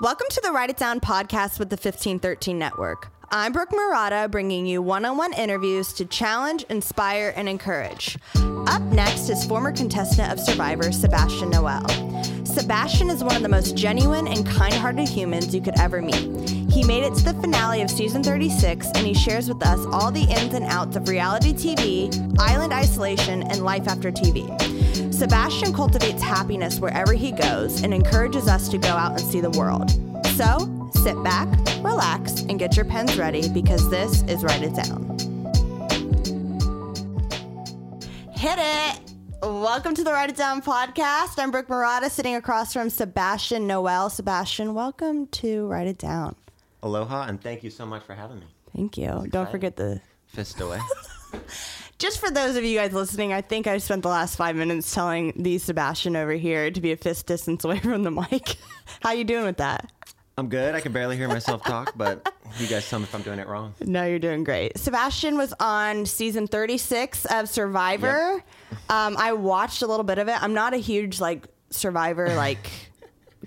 Welcome to the Write It Down podcast with the 1513 Network. I'm Brooke Murata, bringing you one on one interviews to challenge, inspire, and encourage. Up next is former contestant of Survivor, Sebastian Noel. Sebastian is one of the most genuine and kind hearted humans you could ever meet. He made it to the finale of season 36, and he shares with us all the ins and outs of reality TV, island isolation, and life after TV. Sebastian cultivates happiness wherever he goes and encourages us to go out and see the world. So, sit back, relax, and get your pens ready because this is Write It Down. Hit it! Welcome to the Write It Down podcast. I'm Brooke Murata sitting across from Sebastian Noel. Sebastian, welcome to Write It Down. Aloha, and thank you so much for having me. Thank you. Don't forget the. Fist away. Just for those of you guys listening, I think I spent the last five minutes telling the Sebastian over here to be a fist distance away from the mic. How you doing with that? I'm good. I can barely hear myself talk, but you guys tell me if I'm doing it wrong. No, you're doing great. Sebastian was on season 36 of Survivor. Um, I watched a little bit of it. I'm not a huge like Survivor like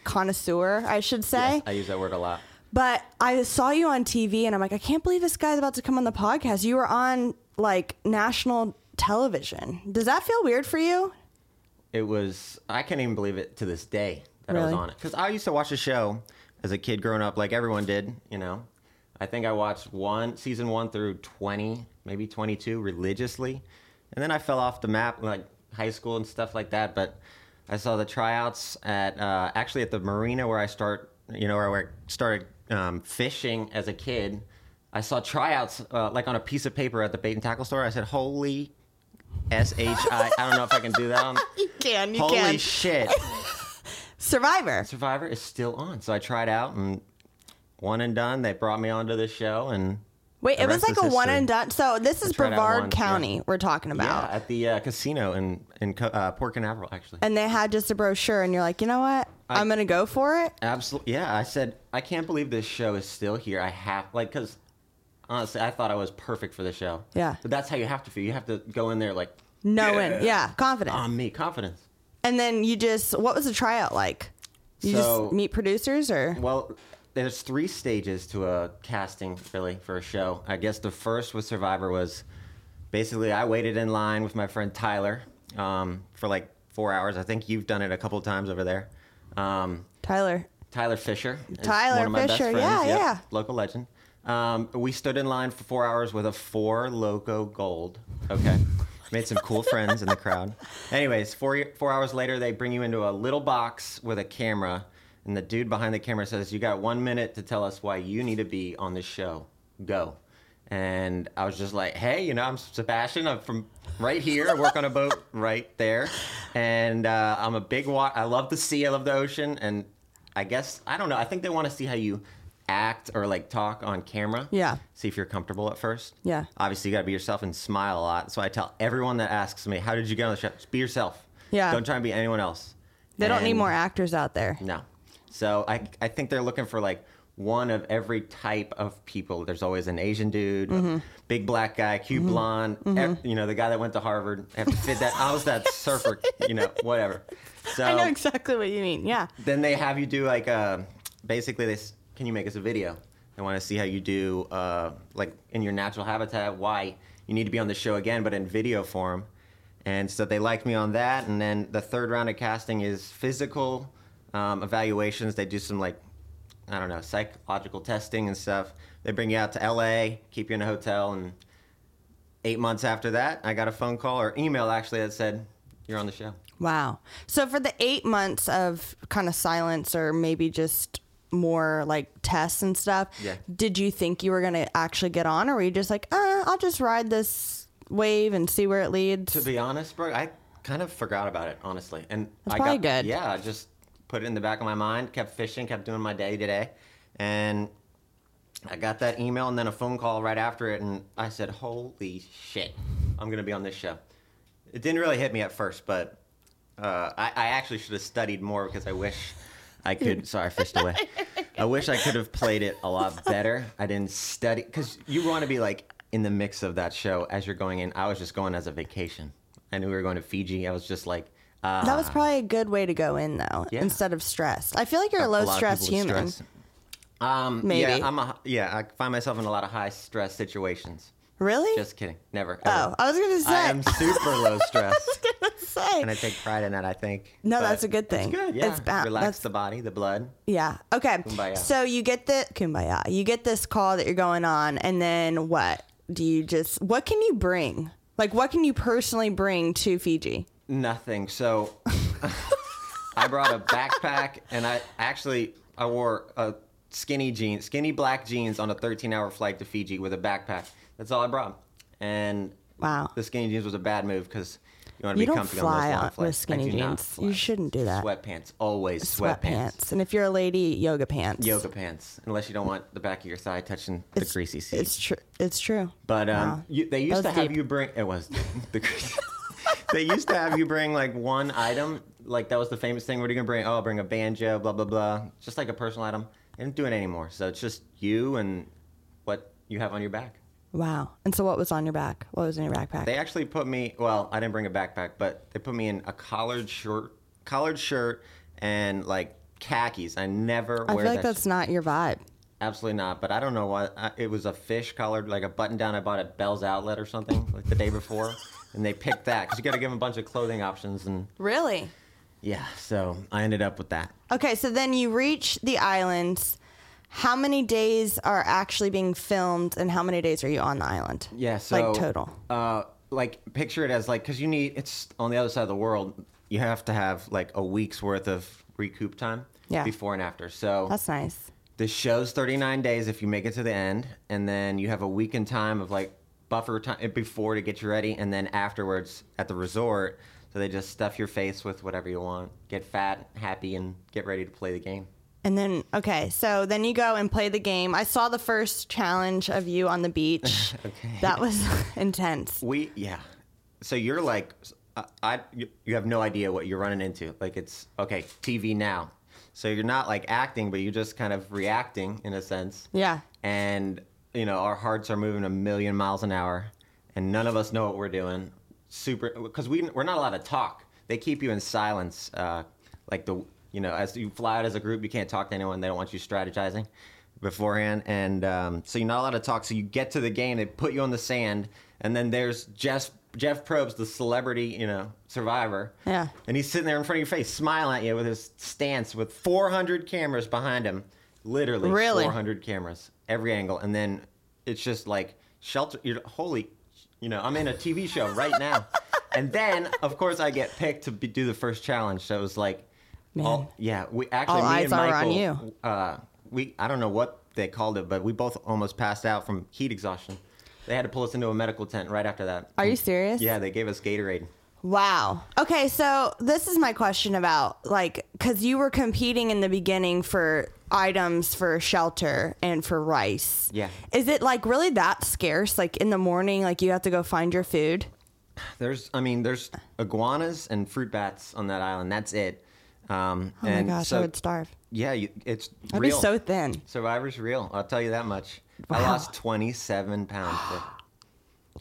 connoisseur, I should say. I use that word a lot. But I saw you on TV and I'm like, I can't believe this guy's about to come on the podcast. You were on like national television. Does that feel weird for you? It was, I can't even believe it to this day that I was Really? on it. Because I used to watch the show as a kid growing up, like everyone did, you know. I think I watched one, season one through 20, maybe 22 religiously. And then I fell off the map, like high school and stuff like that. But I saw the tryouts at, uh, actually at the marina where I start, you know, where I started um, fishing as a kid. I saw tryouts uh, like on a piece of paper at the bait and tackle store. I said, holy S H I. I don't know if I can do that. on- You can, you Holy can. shit. Survivor. Survivor is still on. So I tried out and one and done. They brought me onto the show and Wait, The it was rest like a is one history. and done. So this is That's right, I Brevard won, yeah. County we're talking yeah, about. at the uh, casino in in Co- uh, Port Canaveral actually. And they had just a brochure and you're like, you know what? I, am going to go for it. Absolutely. Yeah, I said I can't believe this show is still here. I have like cuz honestly, I thought I was perfect for the show. Yeah. But that's how you have to feel. You have to go in there like No win. Yeah, confident. on me, confidence. and then you just, what was the tryout like? You So- just meet producers or? Well, there's three stages to a casting, really, for a show. I guess the first with Survivor was basically I waited in line with my friend Tyler um, for like four hours. I think you've done it a couple times over there. Um, Tyler. Tyler Fisher. is Tyler one of my best Fisher, friends, yeah, yep, yeah. Local legend. Um, we stood in line for four hours with a four loco gold. Okay. Made some cool friends in the crowd. Anyways, four, four hours later, they bring you into a little box with a camera, and the dude behind the camera says, You got one minute to tell us why you need to be on this show. Go. And I was just like, Hey, you know, I'm Sebastian. I'm from right here. I work on a boat right there. And uh, I'm a big, wa- I love the sea, I love the ocean. And I guess I don't know. I think they want to see how you act or like talk on camera. Yeah. See if you're comfortable at first. Yeah. Obviously, you got to be yourself and smile a lot. So I tell everyone that asks me, "How did you get on the show?" Just be yourself. Yeah. Don't try and be anyone else. They don't need And- more actors out there. No. So I I think they're looking for like one of every type of people. There's always an Asian dude, Mm-hmm. a big black guy, cute blonde, ev- you know, the guy that went to Harvard. Have to fit that. I was that surfer, you know, whatever. So I know exactly what you mean. Yeah. then they have you do like a basically this can you make us a video they want to see how you do uh, like in your natural habitat why you need to be on the show again but in video form and so they liked me on that and then the third round of casting is physical um, evaluations they do some like i don't know psychological testing and stuff they bring you out to la keep you in a hotel and eight months after that i got a phone call or email actually that said you're on the show Wow. So for the eight months of kind of silence or maybe just more like tests and stuff, Yeah. did you think you were going to actually get on or were you just like, uh, I'll just ride this wave and see where it leads? To be honest, bro, I kind of forgot about it, honestly. And That's I probably got, good. Yeah, I just put it in the back of my mind, kept fishing, kept doing my day to day. And I got that email and then a phone call right after it. And I said, holy shit, I'm going to be on this show. It didn't really hit me at first, but uh, I, I actually should have studied more because I wish I could. sorry, I fished away. I wish I could have played it a lot better. I didn't study because you want to be like in the mix of that show as you're going in. I was just going as a vacation. I knew we were going to Fiji. I was just like, that was probably a good way to go in though, uh, Yeah. instead of stressed. I feel like you're a, A low lot of stress people with human. stress. Um, Maybe. Yeah, I'm a, yeah, I find myself in a lot of high stress situations. Really? Just kidding. Never. oh, ever. I was gonna say. I am super low stress. say. and I take pride in that, I think. No, But that's a good thing. It's good, yeah. It's ba- Relax that's- the body, the blood. yeah. Okay. Kumbaya. So you get the kumbaya. You get this call that you're going on, and then what? Do you just what can you bring? Like what can you personally bring to Fiji? Nothing. So I brought a backpack and I actually I wore a skinny jeans, skinny black jeans on a 13-hour flight to Fiji with a backpack. That's all I brought. And Wow. the skinny jeans was a bad move cuz you want to You be don't comfy fly on those long on with flights. I skinny do not jeans. You fly. shouldn't do that. Sweatpants, always sweatpants. Sweatpants. And if you're a lady, yoga pants. Yoga pants, unless you don't want the back of your thigh touching the greasy seat. It's true. It's true. But um, you, they used That to was have deep. you bring. It was the. they used to have you bring like one item, like that was the famous thing. What are you gonna bring? Oh, I'll bring a banjo, blah blah blah. Just like a personal item. They don't do it anymore. So it's just you and what you have on your back. Wow. And so what was on your back? What was in your backpack? They actually put me. Well, I didn't bring a backpack, but they put me in a collared shirt, collared shirt, and like khakis. I never I wear feel like that that's not your vibe. Absolutely not. But I don't know why. I, it was a fish collared, like a button down I bought at Bell's Outlet or something, like the day before. and they picked that because you got to give them a bunch of clothing options. And Really? yeah, so I ended up with that. Okay, so then you reach the islands. How many days are actually being filmed, and how many days are you on the island? Yeah, so. like total. Uh, like, picture it as like, because you need, it's on the other side of the world. You have to have like a week's worth of recoup time Yeah. before and after. So That's nice. The show's 39 days if you make it to the end, and then you have a week in time of like buffer time before to get you ready, and then afterwards at the resort. So they just stuff your face with whatever you want, get fat, happy, and get ready to play the game. And then okay, so then you go and play the game. I saw the first challenge of you on the beach. Okay. That was intense. We, yeah. So you're like, I, I you- you have no idea what you're running into. Like it's okay, TV now. So you're not like acting, but you're just kind of reacting in a sense. Yeah. and you know our hearts are moving a million miles an hour and none of us know what we're doing super because we, we're not allowed to talk they keep you in silence uh, like the you know as you fly out as a group you can't talk to anyone they don't want you strategizing beforehand and um, so you're not allowed to talk so you get to the game they put you on the sand and then there's jeff jeff probes the celebrity you know survivor Yeah. and he's sitting there in front of your face smiling at you with his stance with 400 cameras behind him literally Really? 400 100 cameras every angle and then it's just like shelter you're holy you know i'm in a tv show right now and then of course i get picked to be, do the first challenge so it was like Man. all, yeah we actually All me eyes and are on michael you. uh we i don't know what they called it but we both almost passed out from heat exhaustion they had to pull us into a medical tent right after that Are you serious? yeah they gave us gatorade Wow. Okay, so this is my question about like cuz you were competing in the beginning for items for shelter and for rice. Yeah. Is it like really that scarce like in the morning like you have to go find your food? There's, I mean, there's iguanas and fruit bats on that island. That's it. Um, Oh and my gosh, so, I would starve. Yeah, you, it's I'd real. be so thin. Survivor's real. I'll tell you that much. I lost 27 pounds. Vic.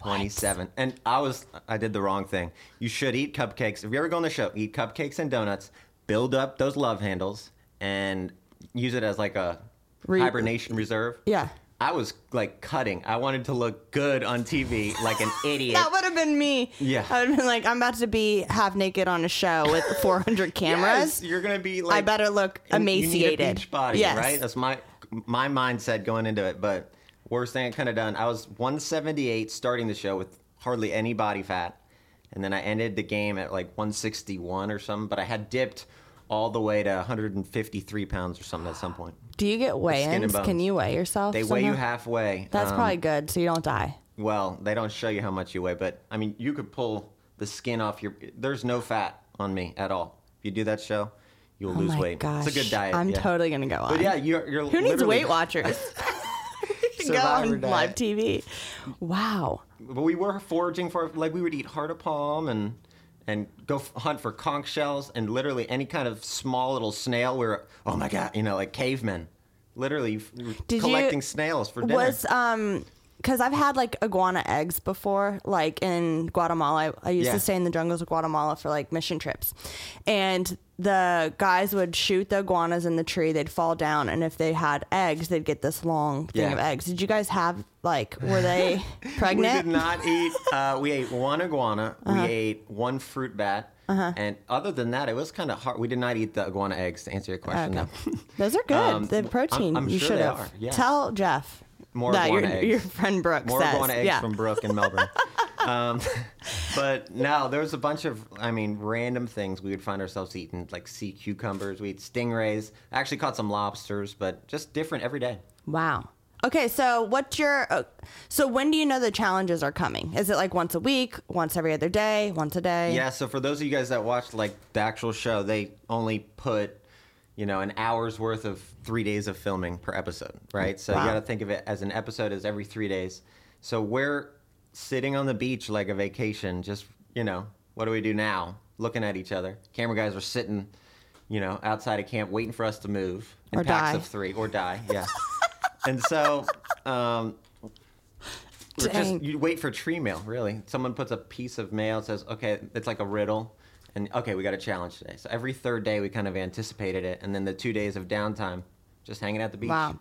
27. And I was, I did the wrong thing. You should eat cupcakes. If you ever go on the show, eat cupcakes and donuts, build up those love handles, and use it as like a Re- hibernation reserve. Yeah. I was like cutting. I wanted to look good on TV like an idiot. That would have been me. Yeah. I would have been like I'm about to be half naked on a show with 400 cameras. Yes, you're gonna be like I better look and you need a emaciated. beach body, Yes. right? That's my my mindset going into it. But worst thing I could have done. I was 178 starting the show with hardly any body fat, and then I ended the game at like 161 or something. But I had dipped all the way to 153 pounds or something at some point. Do you get and weigh-ins? bones. Can you weigh yourself? They weigh you somehow? halfway. That's um, probably good so you don't die. well. They don't show you how much you weigh, but I mean, you could pull the skin off your. There's no fat on me at all. If you do that show, you'll Oh lose my weight. gosh. It's a good diet. I'm yeah. totally going to go on. But yeah, you're, you're Who needs literally- Weight Watchers? We can go Survivor on live diet. TV. Wow. But we were foraging for like we would eat heart of palm and and go f- hunt for conch shells and literally any kind of small little snail. We were oh my god, you know, like cavemen, literally f- you- collecting snails for dinner. Was um because I've had like iguana eggs before, like in Guatemala. I, I used Yeah. to stay in the jungles of Guatemala for like mission trips. And the guys would shoot the iguanas in the tree, they'd fall down. And if they had eggs, they'd get this long thing Yeah. of eggs. Did you guys have like, were they We did pregnant? Uh-huh. not eat. Uh, we ate one iguana. We ate one fruit bat. And other than that, it was kind of hard. We did not eat the iguana eggs. To answer your question, Okay. though. Those are good. Um, the I'm- protein. I'm you sure should they have. are, yeah. Tell Jeff. More that your, iguana eggs. your friend Brooke More says. iguana eggs yeah. from Brooke in Melbourne. um, but no, there was a bunch of, I mean, random things we would find ourselves eating, like sea cucumbers. We ate stingrays. I actually caught some lobsters, but just different every day. Wow. Okay, so what's your uh, so when do you know the challenges are coming? Is it like once a week, once every other day, once a day? Yeah, so for those of you guys that watched like the actual show, they only put, you know, an hour's worth of three days of filming per episode, right? So Wow. you got to think of it as an episode is every three days. So we're sitting on the beach like a vacation, just you know, what do we do now? Looking at each other. Camera guys are sitting, you know, outside of camp waiting for us to move in Or packs die. of three or die. Yeah. and so um, we're Dang. just you wait for tree mail, really. Someone puts a piece of mail, says, okay, it's like a riddle. And okay, we got a challenge today. So every third day, we kind of anticipated it. And then the two days of downtime, just hanging out at the beach. Wow.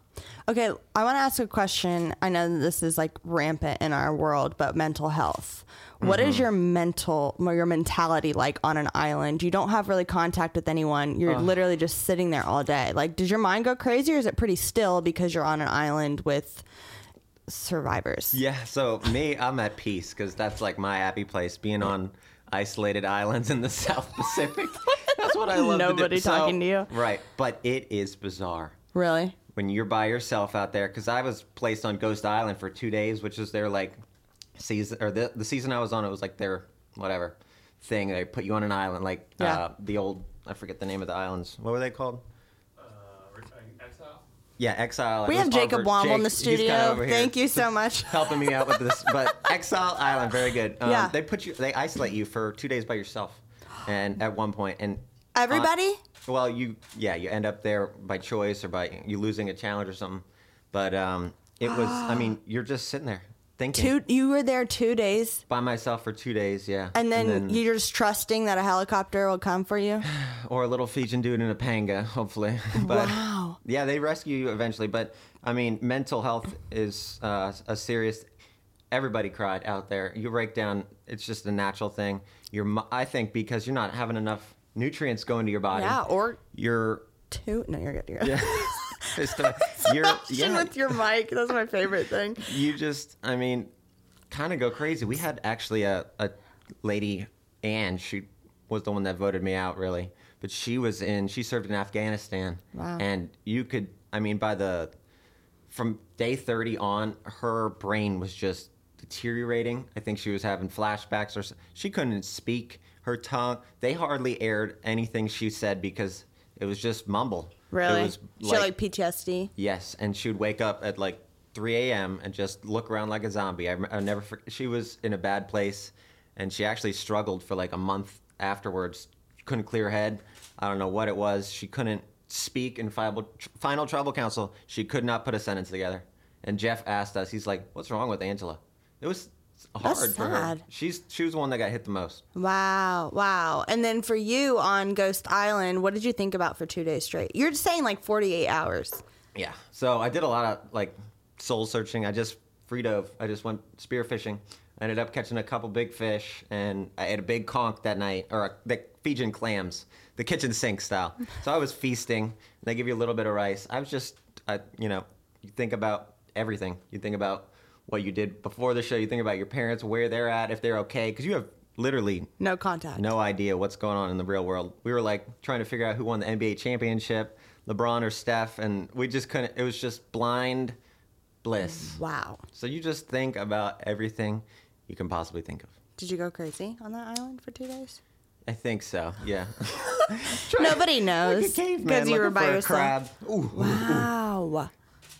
Okay, I want to ask a question. I know that this is like rampant in our world, but mental health. What Mm-hmm. is your mental or your mentality like on an island? You don't have really contact with anyone. You're literally just sitting there all day. Like does your mind go crazy or is it pretty still because you're on an island with survivors? Yeah, so me, I'm at peace because that's like my happy place, being on isolated islands in the South Pacific. that's what I love to Nobody do. So- talking to you. Right, but it is bizarre. Really? when you're by yourself out there because i was placed on ghost island for two days which is their like season or the, the season i was on it was like their whatever thing they put you on an island like Yeah. uh, the old i forget the name of the islands what were they called Uh, returning exile. yeah exile We It was have Jacob over- Womble in Jake, the he's kinda studio. over here Thank you so much. helping me out with this but exile island very good um, Yeah. they put you they isolate you for two days by yourself and at one point and uh, Everybody? well you yeah you end up there by choice or by you losing a challenge or something but um it was i mean you're just sitting there thinking Two you were there 2 days by myself for two days yeah and then, you're just trusting that a helicopter will come for you? or a little fijian dude in a panga hopefully but Wow. yeah they rescue you eventually but i mean mental health is uh, a serious everybody cried out there you break down it's just a natural thing you're mi- i think because you're not having enough nutrients going to your body Yeah, or you're two. No, you're good. You're good. Just, uh, you're yeah, with your mic. That's my favorite thing. you just i mean kind of go crazy we had actually a, a lady anne she was the one that voted me out really but she was in she served in afghanistan Wow. and you could i mean by the from day 30 on her brain was just deteriorating i think she was having flashbacks or s- she couldn't speak her tongue they hardly aired anything she said because it was just mumble It Really? was she had, like PTSD. Yes, and she would wake up at like 3 a.m. and just look around like a zombie. I, rem- I never. For- she was in a bad place, and she actually struggled for like a month afterwards. Couldn't clear her head. I don't know what it was. She couldn't speak in final, tr- final tribal council. She could not put a sentence together. And Jeff asked us. He's like, "What's wrong with Angela?" It was hard That's for her. sad. She's she was the one that got hit the most. Wow, wow. And then for you on Ghost Island, what did you think about for two days straight? You're just saying like 48 hours. Yeah. So I did a lot of like soul searching. I just free dove. I just went spear fishing. I ended up catching a couple big fish, and I ate a big conch that night, or a, the Fijian clams, the kitchen sink style. So I was feasting. They give you a little bit of rice. I was just, I, you know, you think about everything. You think about what you did before the show. You think about your parents, where they're at, if they're okay, because you have literally No contact. no idea what's going on in the real world. We were like trying to figure out who won the NBA championship, LeBron or Steph, and we just couldn't. It was just blind bliss. Wow. So you just think about everything you can possibly think of. Did you go crazy on that island for two days? I think so. Yeah. Nobody Like a knows caveman you were looking by for a yourself. crab. Ooh. Wow.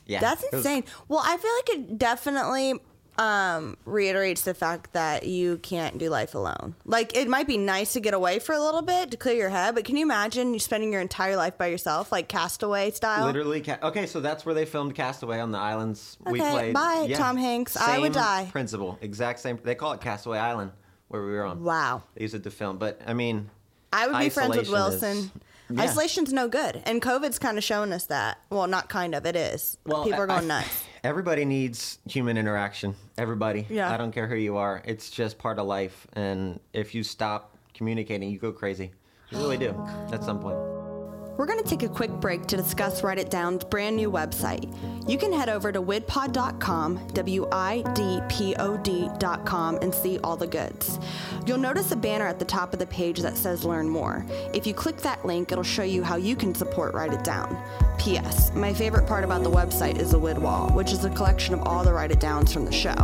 Yeah. That's it was- insane. Well, I feel like it definitely um, reiterates the fact that you can't do life alone. Like, it might be nice to get away for a little bit to clear your head, but can you imagine you spending your entire life by yourself, like castaway style? Literally, ca- okay. So that's where they filmed Castaway on the islands we Okay, played. bye, Tom Hanks. I would Same die. Principle, exact same. They call it Castaway Island where we were on. Wow. They use it to film, but I mean, I would be friends with Isolation is- Wilson. Yeah. Isolation's no good. And COVID's kind of showing us that. Well, not kind of, it is. People I- are going I- nuts. Everybody needs human interaction. Everybody. Yeah. I don't care who you are. It's just part of life, and if you stop communicating, you go crazy. You really do. At some point. We're going to take a quick break to discuss Write It Down's brand new website. You can head over to widpod.com, W I D P O D.com, and see all the goods. You'll notice a banner at the top of the page that says Learn More. If you click that link, it'll show you how you can support Write It Down. P.S. My favorite part about the website is the Wid Wall, which is a collection of all the Write It Downs from the show.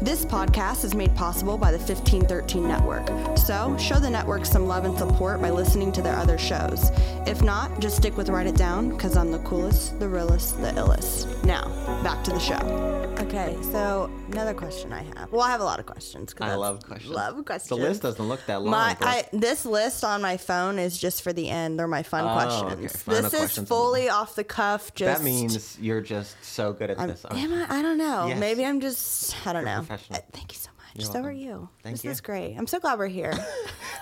This podcast is made possible by the 1513 Network, so show the network some love and support by listening to their other shows. If not, just stick with Write It Down, because I'm the coolest, the realest, the illest. Now, back to the show. Okay, so another question I have. Well, I have a lot of questions. 'cause I that's- love questions. Love questions. The list doesn't look that long. My, but- I, this list on my phone is just for the end. They're my fun Oh, okay. questions. Final This questions. is fully off the cuff. Just that means you're just so good at this. I'm- Am I? I don't know. Yes. Maybe I'm just. I don't know. professional. Uh, Thank you so much. so are welcome. you. Thank this you. is great. I'm so glad we're here.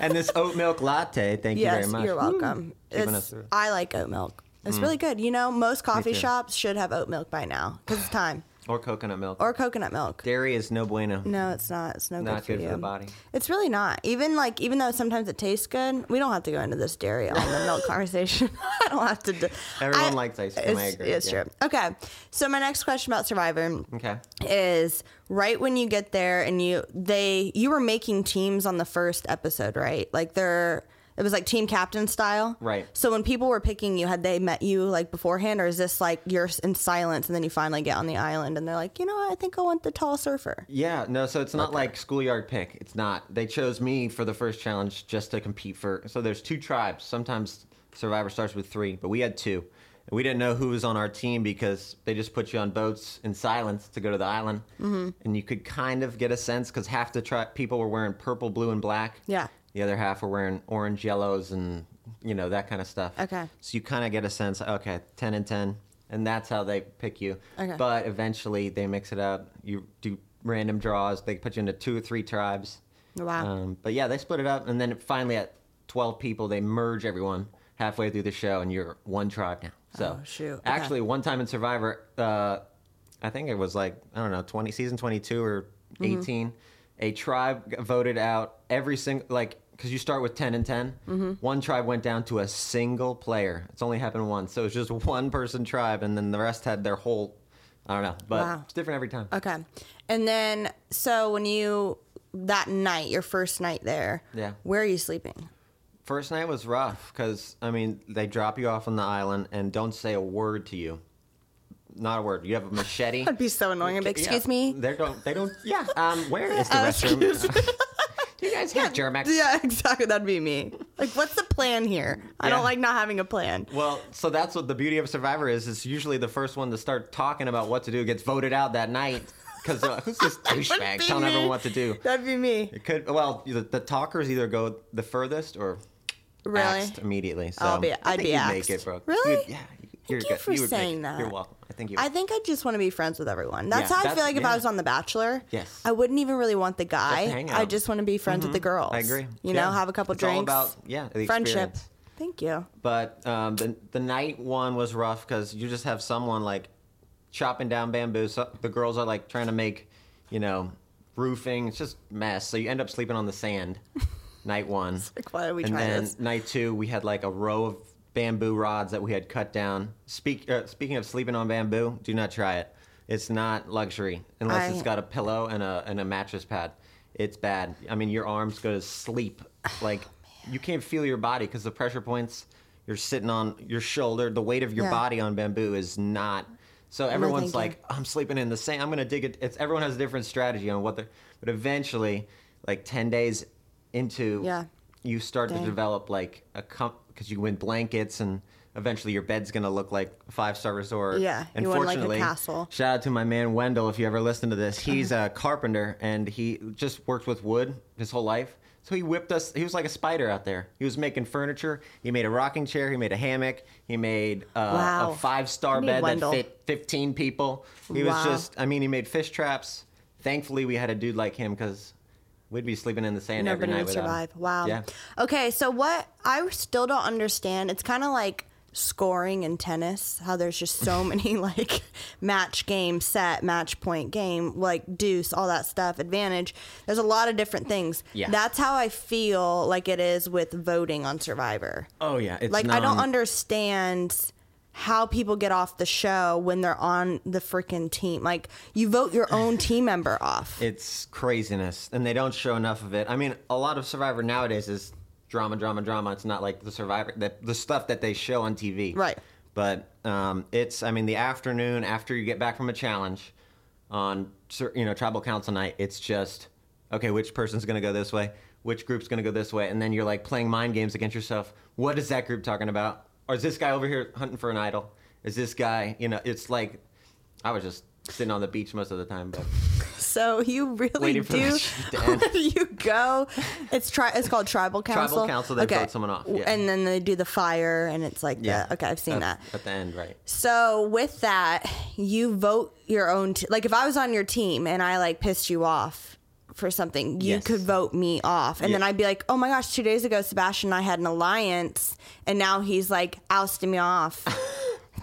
and this oat milk latte. Thank you yes, very much. you're welcome. Keeping It's- us through. Mm. I like oat milk. It's really good. You know, most coffee too. shops should have oat milk by now because it's time. Or coconut milk. Or coconut milk. dairy is no bueno. No, it's not. It's no Not good, for good for you. the body. It's really not. Even like, even though sometimes it tastes good, we don't have to go into this dairy almond milk conversation. I don't have to. Do, Everyone I- likes ice cream. It's, I agree. it's yeah. true. Okay, so my next question about Survivor Okay. is right when you get there and you they you were making teams on the first episode, right? Like they're it was like team captain style. Right. So when people were picking you, had they met you like beforehand or is this like you're in silence and then you finally get on the island and they're like, "You know, what? I think I want the tall surfer." Yeah, no, so it's not like schoolyard pick. It's not. They chose me for the first challenge just to compete for. So there's two tribes. Sometimes Survivor starts with three, but we had two. And we didn't know who was on our team because they just put you on boats in silence to go to the island. Mm-hmm. And you could kind of get a sense because half the tri- people were wearing purple, blue, and black. Yeah. The other half were wearing orange, yellows, and, you know, that kind of stuff. Okay. So you kind of get a sense, okay, 10 and 10. And that's how they pick you. Okay. But eventually they mix it up. You do random draws. They put you into two or three tribes. Wow. Um, but yeah, they split it up. And then finally at 12 people, they merge everyone halfway through the show, and you're one tribe now. So Oh, shoot. Okay. Actually, one time in Survivor, uh, I think it was like, I don't know, 20, season 22 or Mm-hmm. 18, a tribe g- voted out every single, like, because you start with 10 and 10. Mm-hmm. One tribe went down to a single player. It's only happened once. So it was just one person tribe, and then the rest had their whole, I don't know, but Wow. Uh, it's different every time. Okay. And then so when you that night, your first night there, Yeah. where are you sleeping? First night was rough because I mean they drop you off on the island and don't say a word to you, not a word. You have a machete. I'd be so annoying. I'd be, Yeah. excuse me. They don't. They don't. Yeah. Um. Where is the Uh, excuse restroom? you guys have Germex. Yeah, exactly. That'd be me. Like, what's the plan here? I Yeah. don't like not having a plan. Well, so that's what the beauty of Survivor is. It's usually the first one to start talking about what to do gets voted out that night because uh, who's this douchebag That'd be telling me. everyone what to do? That'd be me. It could. Well, the, the talkers either go the furthest or Really? axed immediately. So I'll be- I I'd think be you'd axed. Make it, bro. Really? You'd- yeah. You're you good. for you would make saying it. that. You're welcome. I think you. I think I just want to be friends with everyone. That's Yeah, how I feel that's- like if yeah. I was on The Bachelor. Yes. I wouldn't even really want the Just guy. hang I out. Mm-hmm. just want to be friends with the girls. I agree. You Yeah. know, have a couple It's all drinks. about- yeah, the friendship. experience. Thank you. But um, the the night one was rough because you just have someone like chopping down bamboo. So the girls are like trying to make, you know, roofing. It's just mess. So you end up sleeping on the sand. night one. Like, why are we and trying then this? night two, we had like a row of bamboo rods that we had cut down. Speak, uh, speaking of sleeping on bamboo, do not try it. It's not luxury unless I- it's got a pillow and a and a mattress pad. It's bad. I mean, your arms go to sleep. Oh, Like you can't feel your body because the pressure points you're sitting on your shoulder. The weight of your Yeah. body on bamboo is not. So everyone's thinking? like, I'm sleeping in the same. I'm gonna dig it. It's everyone has a different strategy on what they're. But eventually, like ten days into, Yeah. you start Dang. to develop like a comp because you win blankets and eventually your bed's gonna look like a five star resort. Yeah, and you want, like, a fortunately, castle. Shout out to my man Wendell if you ever listen to this. He's a carpenter and he just worked with wood his whole life. So he whipped us. He was like a spider out there. He was making furniture. He made a rocking chair. He made a hammock. He made uh, Wow. a five star I need bed Wendell. that fit 15 people. He Wow. was just, I mean, he made fish traps. Thankfully, we had a dude like him because we'd be sleeping in the sand every Nobody night. would without him. survive. Wow. Yeah. Okay, so what I still don't understand, it's kind of like scoring in tennis, how there's just so many like match game, set, match point game, like deuce, all that stuff, advantage. There's a lot of different things. Yeah. That's how I feel like it is with voting on Survivor. Oh, yeah. It's Like I don't non- understand how people get off the show when they're on the freaking team. Like you vote your own team member off. it's craziness and they don't show enough of it i mean a lot of survivor nowadays is drama drama drama it's not like the survivor that the stuff that they show on tv Right. but um, it's i mean the afternoon after you get back from a challenge on cer- you know tribal council night it's just okay which person's going to go this way which group's going to go this way and then you're like playing mind games against yourself what is that group talking about or is this guy over here hunting for an idol is this guy you know it's like i was just sitting on the beach most of the time but So you really Waiting for do. that shit to end. when you go, it's tri- It's called tribal council. council, they vote someone off, yeah. and then they do the fire, and it's like, yeah, okay, I've seen At- that. At the end, right. So with that, you vote your own. T- like if I was on your team and I like pissed you off for something, you Yes. could vote me off, and then Yeah. I'd be like, oh my gosh, two days ago Sebastian and I had an alliance, and now he's like ousting me off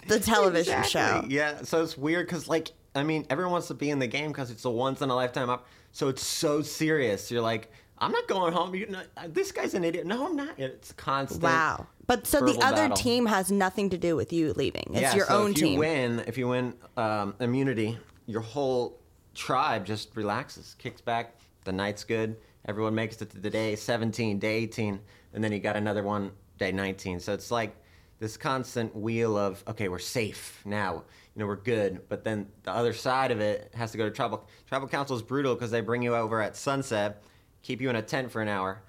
the television show. Yeah, so it's weird because, like, I mean, everyone wants to be in the game because it's a once in a lifetime up. So it's so serious. You're like, I'm not going home. You know, this guy's an idiot. No, I'm not. It's constant. Wow. But so the verbal other battle. team has nothing to do with you leaving. It's yeah, your so own if you team. win, if you win um, immunity, your whole tribe just relaxes, kicks back. The night's good. Everyone makes it to the day 17, day 18, and then you got another one day 19. So it's like this constant wheel of okay, we're safe now. You know, we're good. But then the other side of it has to go to tribal tribal council is brutal because they bring you over at sunset, keep you in a tent for an hour,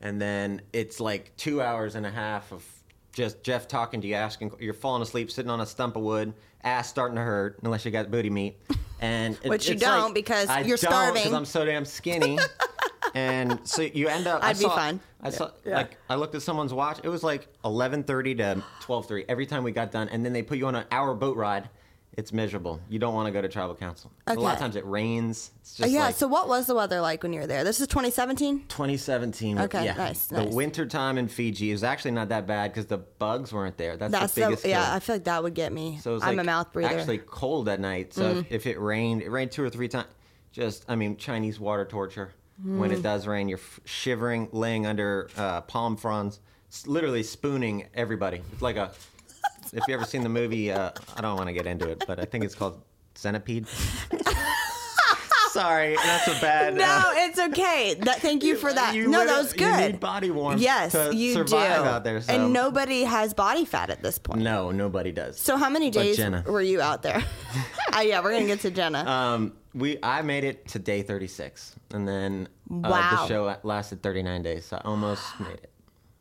and then it's like two hours and a half of just Jeff talking to you, asking you're falling asleep, sitting on a stump of wood, ass starting to hurt unless you got booty meat, and it- Which you it's like, don't because I you're don't starving. Because I'm so damn skinny, and so you end up. I I'd be saw- fine. I saw Yeah. like I looked at someone's watch. It was like 11:30 to 12:30 every time we got done, and then they put you on an hour boat ride. It's miserable. You don't want to go to tribal council. A lot Okay. Uh, of times it rains. It's just yeah. like, so what was the weather like when you were there? This is 2017. 2017. Okay, yeah. nice, The nice. winter time in Fiji is actually not that bad because the bugs weren't there. That's, That's the the, biggest. yeah. killer. I feel like that would get me. So it was I'm like a mouth breather. Mm-hmm. Actually, cold at night. So if, if it rained, it rained two or three times. Just, I mean, Chinese water torture. When Mm. it does rain, you're f- shivering, laying under uh, palm fronds, s- literally spooning everybody. It's like a. if you ever seen the movie, uh, I don't want to get into it, but I think it's called Centipede. Sorry, that's a bad. no, it's okay. That, thank you for that. you no, would- that was you good. need body warmth Yes, to you survive do. out there, so- And nobody has body fat at this point. no, nobody does. So how many days Jenna. were you out there? Ah, yeah, we're gonna get to Jenna. Um, we I made it to day 36, and then uh, Wow. the show lasted 39 days, so I almost made it.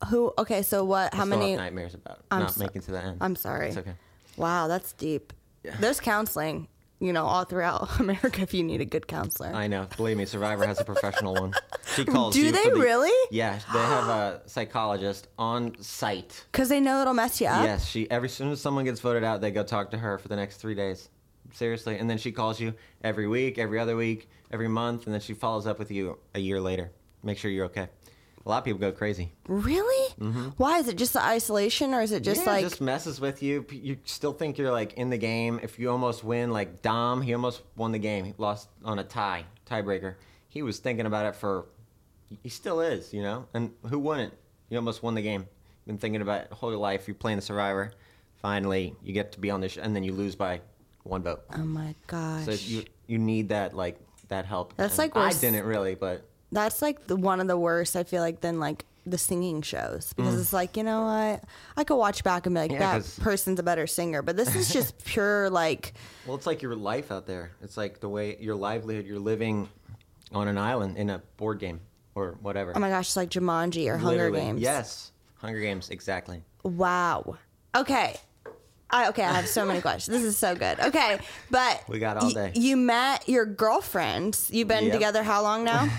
Who? Okay, so what? How Uh, I still many? have nightmares about I'm not so- making it to the end? I'm sorry. It's okay. Wow, that's deep. Yeah. There's counseling, you know, all throughout America if you need a good counselor. I know. Believe me, Survivor has a professional one. She calls. Do you they for the- really? Yeah, they have a psychologist on site. Because they know it'll mess you up. Yes, she. Every soon as someone gets voted out, they go talk to her for the next three days. Seriously, and then she calls you every week, every other week, every month, and then she follows up with you a year later. Make sure you're okay. A lot of people go crazy. Really? Why is it just the isolation, or is it just Mm-hmm. yeah, like? just messes with you. P- You still think you're like in the game. If you almost win, like Dom, he almost won the game. He lost on a tie, tiebreaker. He was thinking about it for. He still is, you know. And who wouldn't? You almost won the game. You've been thinking about it whole your life. You're playing the Survivor. Finally, you get to be on this, sh- and then you lose by one vote. oh my gosh. So you you need that like that help. That's And like I worse- didn't really, but That's like the, one of the worst. I feel like than like the singing shows because it's like you know what I could watch back and be like Mm. Yeah, that 'cause- person's a better singer, but this is just pure like Well, it's like your life out there. It's like the way your livelihood. You're living on an island in a board game or whatever. oh my gosh, it's like Jumanji or Hunger Literally. Games. Yes, Hunger Games. Exactly. Wow. Okay. I, okay, I have so many questions. This is so good. Okay, but We got all y- day. you met your girlfriend. You've been Yep. together how long now?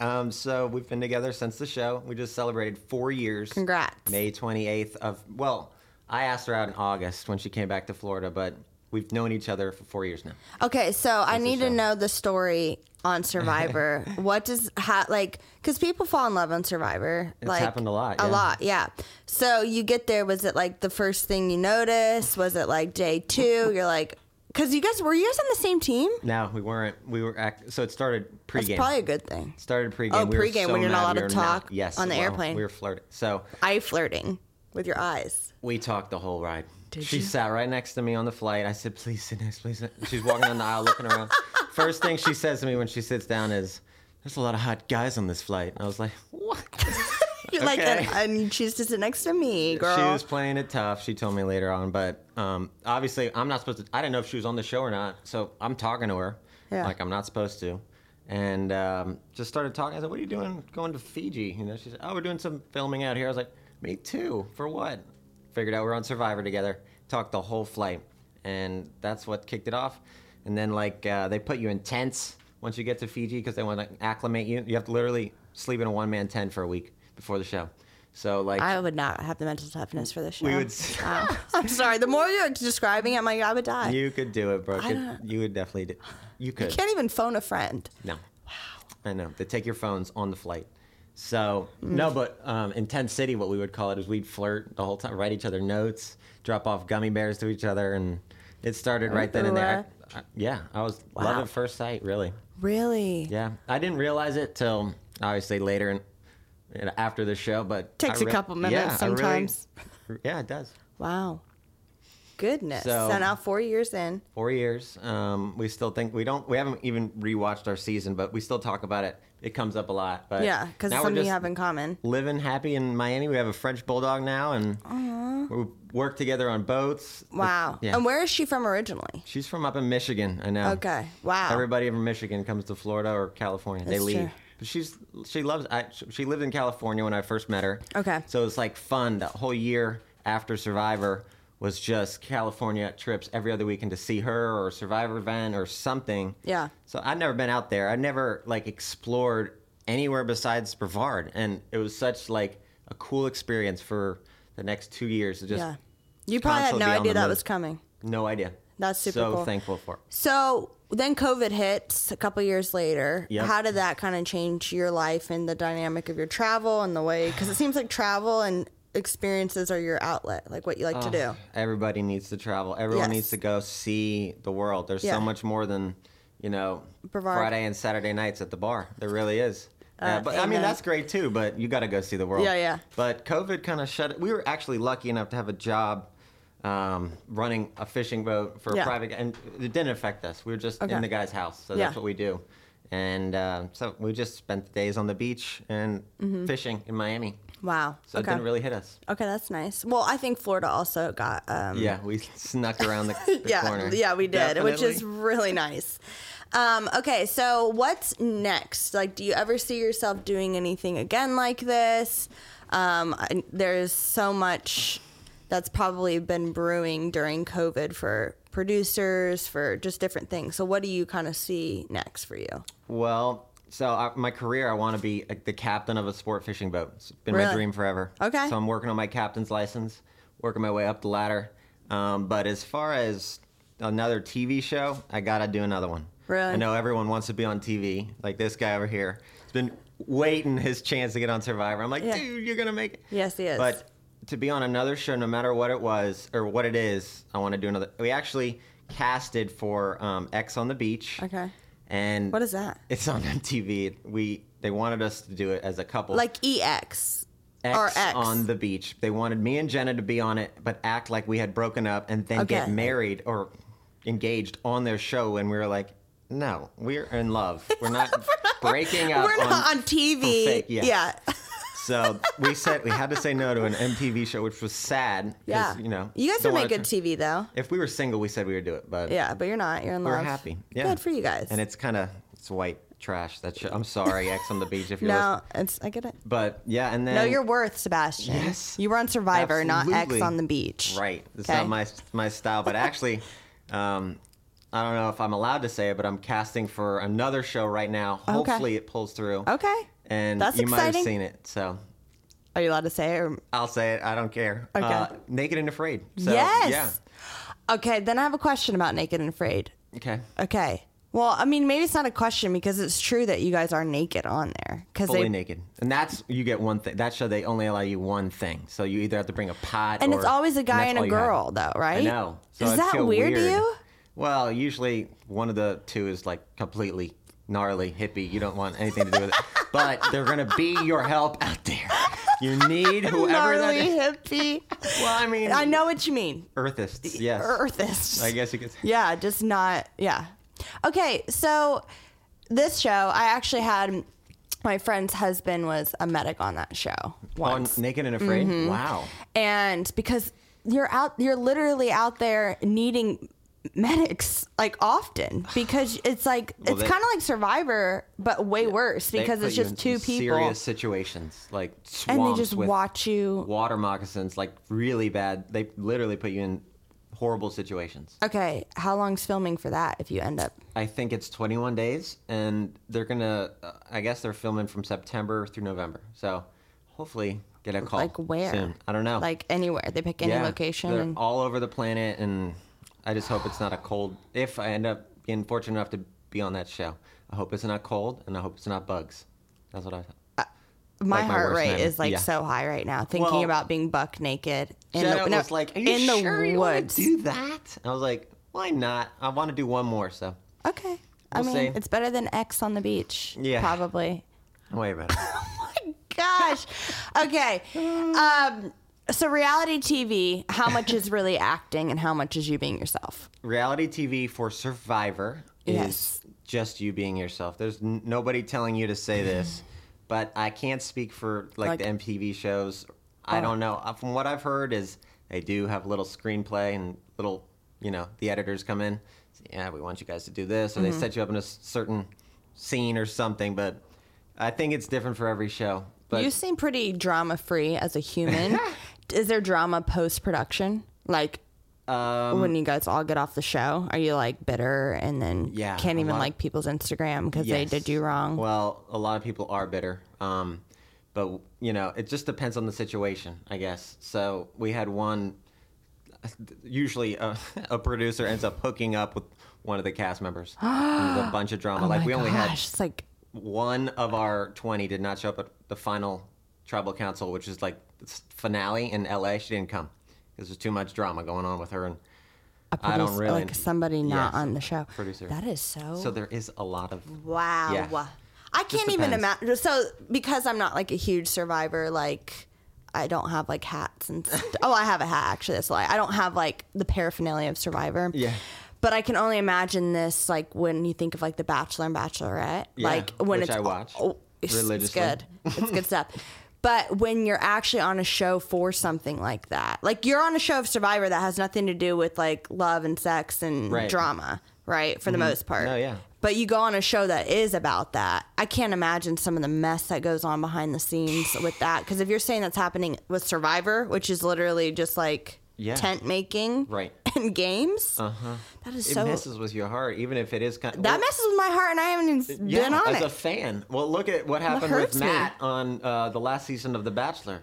Um, so we've been together since the show. We just celebrated four years. Congrats. May 28th of well, I asked her out in August when she came back to Florida, but we've known each other for four years now. Okay, so I need to show. know the story on Survivor. what does how like because people fall in love on Survivor. It's like, happened a lot, A yeah. lot, yeah. So you get there. Was it like the first thing you notice? Was it like day two? You're like, because you guys were you guys on the same team? No, we weren't. We were act- so it started That's pregame. probably a good thing. started pregame. Oh, we were pregame, so when you're not mad allowed we to were talk yes, on the well, airplane. We were flirting. So Eye flirting with your eyes. we talked the whole ride. Did she you? sat right next to me on the flight. I said, "Please sit next, please." Sit. She's walking down the aisle, looking around. First thing she says to me when she sits down is, "There's a lot of hot guys on this flight." And I was like, "What?" You're like, Okay. and, and you choose to sit next to me, girl. She was playing it tough. She told me later on, but um, obviously I'm not supposed to. I didn't know if she was on the show or not, so I'm talking to her Yeah. like I'm not supposed to, and um, just started talking. I said, "What are you doing going to Fiji?" You know, she said, "Oh, we're doing some filming out here." I was like, "Me too. For what?" Figured out we are on Survivor together. Talked the whole flight, and that's what kicked it off. And then like uh, they put you in tents once you get to Fiji because they want to acclimate you. You have to literally sleep in a one man tent for a week before the show. So like I would not have the mental toughness for this show. we would. s- Wow. I'm sorry. The more you're describing it, I'm like, I would die. You could do it, Brooke. I It- don't- you would definitely do. You could. Can't even phone a friend. no. Wow. I know. They take your phones on the flight. So Mm. no, but um, in Tent City, what we would call it is we'd flirt the whole time, write each other notes, drop off gummy bears to each other, and it started right then and there. I- I- yeah, I was love Wow. at first sight, really. Really? Yeah, I didn't realize it till obviously later and, and after the show, but Takes a a couple minutes sometimes. yeah, it does. Wow. Goodness. So, So- now four years in. four years. Um, we still think we don't. We haven't even rewatched our season, but we still talk about it. It comes up a lot. But Yeah, because now it's we're something you just have in common. Living happy in Miami. We have a French bulldog now, and we work together on boats. Wow. Yeah. And where is she from originally? She's from up in Michigan. I know. Okay. Wow. Everybody from Michigan comes to Florida or California. they That's leave. true. But she's she loves. I, she lived in California when I first met her. Okay. So it's like fun. The whole year after Survivor was just California trips every other weekend to see her or a Survivor event or something. Yeah. So I've never been out there. I never like explored anywhere besides Brevard, and it was such like a cool experience for the next two years. It just yeah. You probably had constantly no be on idea the that move. was coming. no idea. That's super so cool. thankful for. it. So then COVID hits a couple years later. Yep. How did that kind of change your life and the dynamic of your travel and the way? Because it seems like travel and experiences are your outlet, like what you Uh, like to do. Everybody needs to travel. Everyone Yes. needs to go see the world. There's Yeah. so much more than, you know, Brevard. Friday and Saturday nights at the bar. There really is. Uh, but I amen. mean, that's great too, but you got to go see the world. Yeah, yeah. But COVID kind of shut it. We were actually lucky enough to have a job um, running a fishing boat for Yeah. a private, and it didn't affect us. We were just Okay. in the guy's house. So Yeah. that's what we do. And um so we just spent the days on the beach and fishing in Miami. Wow. So it didn't really hit us. Mm-hmm. Okay, that's nice. Well, I think Florida also got um Yeah, we snuck around the, the yeah, corner. yeah, we did, which is Definitely. really nice. Um okay, so what's next? Like do you ever see yourself doing anything again like this? Um I- there's so much that's probably been brewing during COVID for producers, for just different things. So what do you kind of see next for you? well. So I, my career, I want to be like, the captain of a sport fishing boat. It's been Really? my dream forever. Okay. So I'm working on my captain's license, working my way up the ladder. Um, but as far as another TV show, I gotta do another one. Really? I know everyone wants to be on TV, like this guy over here. He's been waiting his chance to get on Survivor. I'm like, Yeah. dude, you're gonna make it. Yes, he is. But to be on another show, no matter what it was or what it is, I want to do another. We actually casted for um, X on the Beach. Okay. And What is that? It's on MTV. We they wanted us to do it as a couple. Like EX X or X. on the beach. They wanted me and Jenna to be on it, but act like we had broken up and then get Okay. married or engaged on their show. And we were like, no, we're in love. We're not breaking up. We're not on, TV. Uh, for fake, yeah. yeah. So we said we had to say no to an MTV show, which was sad. 'cause, Yeah. you know, You guys would don't make wanna good tr- TV though. If we were single, we said we would do it, but Yeah, but you're not. You're in we're love. happy. Yeah. Good for you guys. And it's kind of it's white trash. That shit. I'm sorry, X on the beach. If you're No, listening. it's I get it. but yeah, and then Know your worth, Sebastian. Yes. You were on Survivor, not X Absolutely. on the beach. Right. It's Okay. not my my style, but actually, um, I don't know if I'm allowed to say it, but I'm casting for another show right now. Okay. Hopefully, it pulls through. Okay. And That's you might have exciting. seen it, so Are you allowed to say it? Or... I'll say it. I don't care. Okay. Uh, naked and afraid. So, yes. Yeah. Okay, then I have a question about Naked and Afraid. Okay. Okay. Well, I mean, maybe it's not a question because it's true that you guys are naked on there. Because Fully they naked, and that's you get one thing. That show they only allow you one thing, so you either have to bring a pot. and or, it's always a and guy that's and, all a you have. girl, though, right? I know. So Is I'd that feel weird to you? Well, usually one of the two is like completely gnarly hippie. You don't want anything to do with it. but they're gonna be your help out there. You need whoever that Gnarly is. hippie. Well, I mean, I know what you mean. Earthists, yes. Earthists. I guess you could. Say. Yeah, just not. Yeah. Okay, so this show, I actually had my friend's husband was a medic on that show On once, naked and afraid. Mm-hmm. Wow. and because you're out, you're literally out there needing medics like often because it's like it's they- kind of like Survivor, but way worse They because put it's you just in two some people Serious situations like and swamps they just with watch you. water moccasins, like really bad. They literally put you in horrible situations. Okay, how long's filming for that if you end up? I think it's 21 days, and they're gonna. Uh, I guess they're filming from September through November. So hopefully, get a call. Like where? Soon. I don't know. Like anywhere, they pick any Oh. Yeah, location. They're and- all over the planet, and I just hope it's not a cold. If I end up being fortunate enough to be on that show, I hope it's not cold, and I hope it's not bugs. That's what I. thought. my like my heart worst rate nightmare. is like Yeah. so high right now thinking Well, about being buck naked in Shadow the, no, was like, "Are you in sure the you want to woods. do that?" I was like, "Why not? I want to do one more." So Okay. I We'll mean, see. it's better than X on the beach. Yeah. Probably. don't worry about it. Gosh. okay. Um, so reality TV, how much is really acting and how much is you being yourself? reality TV for Survivor is Yes. just you being yourself. There's n- nobody telling you to say this, but I can't speak for like, Like- the MTV shows. I don't know. Uh, From what I've heard is they do have little screenplay and little, you know, the editors come in. say, Yeah, we want you guys to do this, or they set you up in a s- certain scene or something. But I think it's different for every show. But you seem pretty drama free as a human. is there drama post production? Like Um, when you guys all get off the show, are you like bitter and then Yeah, can't a even lot- like people's Instagram because they Yes. did you wrong? Well, a lot of people are bitter. Um, but you know, it just depends on the situation, I guess. So we had one. Usually, a, a producer ends up hooking up with one of the cast members. And There's a bunch of drama. like Oh my we only gosh, had it's like one of our twenty did not show up at the final tribal council, which is like the s- finale in L.A. She didn't come because there's too much drama going on with her and. a I don't producer- really- like somebody not Yes, on the show. producer. That is so. So there is a lot of wow. Yeah. I can't even depends. imagine. So because I'm not like a huge survivor, like I don't have like hats and st- oh, I have a hat actually. That's a lie. I don't have like the paraphernalia of Survivor. Yeah. But I can only imagine this like when you think of like The Bachelor and Bachelorette, Yeah, like when which it's oh, I watch it's, it's religiously. good. It's good stuff. But when you're actually on a show for something like that, like you're on a show of Survivor that has nothing to do with like love and sex and Right. Mm-hmm. drama, right? For the most part. No, yeah. But you go on a show that is about that. I can't imagine some of the mess that goes on behind the scenes with that. Because if you're saying that's happening with Survivor, which is literally just like Yeah. tent making Right. Uh-huh. and games, that is it so. messes with your heart, even if it is kind. that well, messes with my heart, and I haven't even been on as it. a fan. Well, look at what happened hurts with me. Matt on uh, the last season of The Bachelor.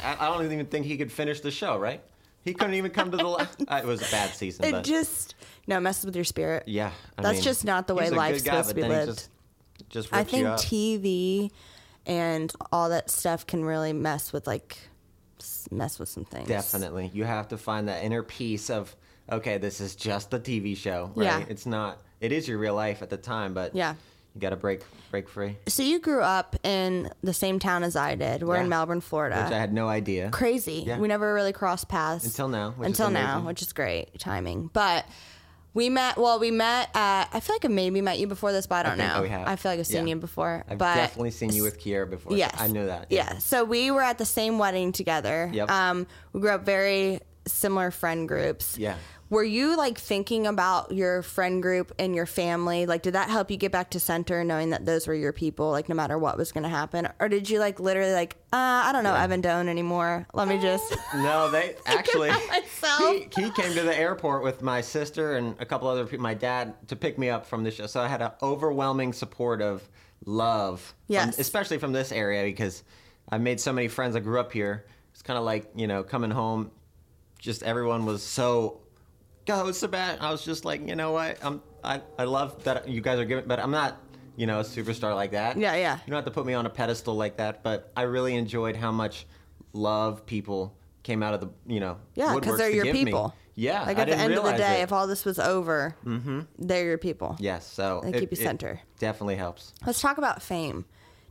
I, I don't even think he could finish the show, right? He couldn't even come to the. La- uh, it was a bad season, it but just no it messes with your spirit. yeah, I that's mean, just not the way he's a good life's guy, supposed to but be then he lived. Just, just I rips you think up. TV and all that stuff can really mess with like s- mess with some things. definitely you have to find that inner peace of okay, this is just a TV show, right? Yeah. It's not. It is your real life at the time, but Yeah. you got to break break free. So you grew up in the same town as I did. We're in Yeah. Melbourne, Which I Florida. had no idea. Crazy. Yeah. We never really crossed paths Until now, which is until now, amazing. which is great timing. But we met. Well, we met. At, I feel like I maybe met you before this, but I don't think oh, know. we have. I feel like I've seen Yeah. you before. I've but definitely seen you with Kiera before. so Yes. I know that. Yeah. So we were at the same wedding together. Yep. Um, we grew up very similar friend groups. Yeah. Were you like thinking about your friend group and your family? Like, did that help you get back to center knowing that those were your people, like, no matter what was going to happen? Or did you like literally, like, uh, I don't know Evan Doan anymore. Let me just. No, they actually. about myself. He, he came to the airport with my sister and a couple other people, my dad, to pick me up from the show. So I had an overwhelming support of love. from- Yes. especially from this area because I made so many friends. I grew up here. It's kind of like, you know, coming home, just everyone was so, go, Sebastian. I was just like, you know what? I'm, I, I love that you guys are giving, but I'm not, you know, a superstar like that. Yeah, yeah. You don't have to put me on a pedestal like that, but I really enjoyed how much love people came out of the, you know, Yeah, woodworks because they're to your give me. people. Yeah, Like I at the didn't end of the realize day, it. Mm-hmm. if all this was over, they're your people. yes, so They keep you center. definitely helps. Let's talk about fame.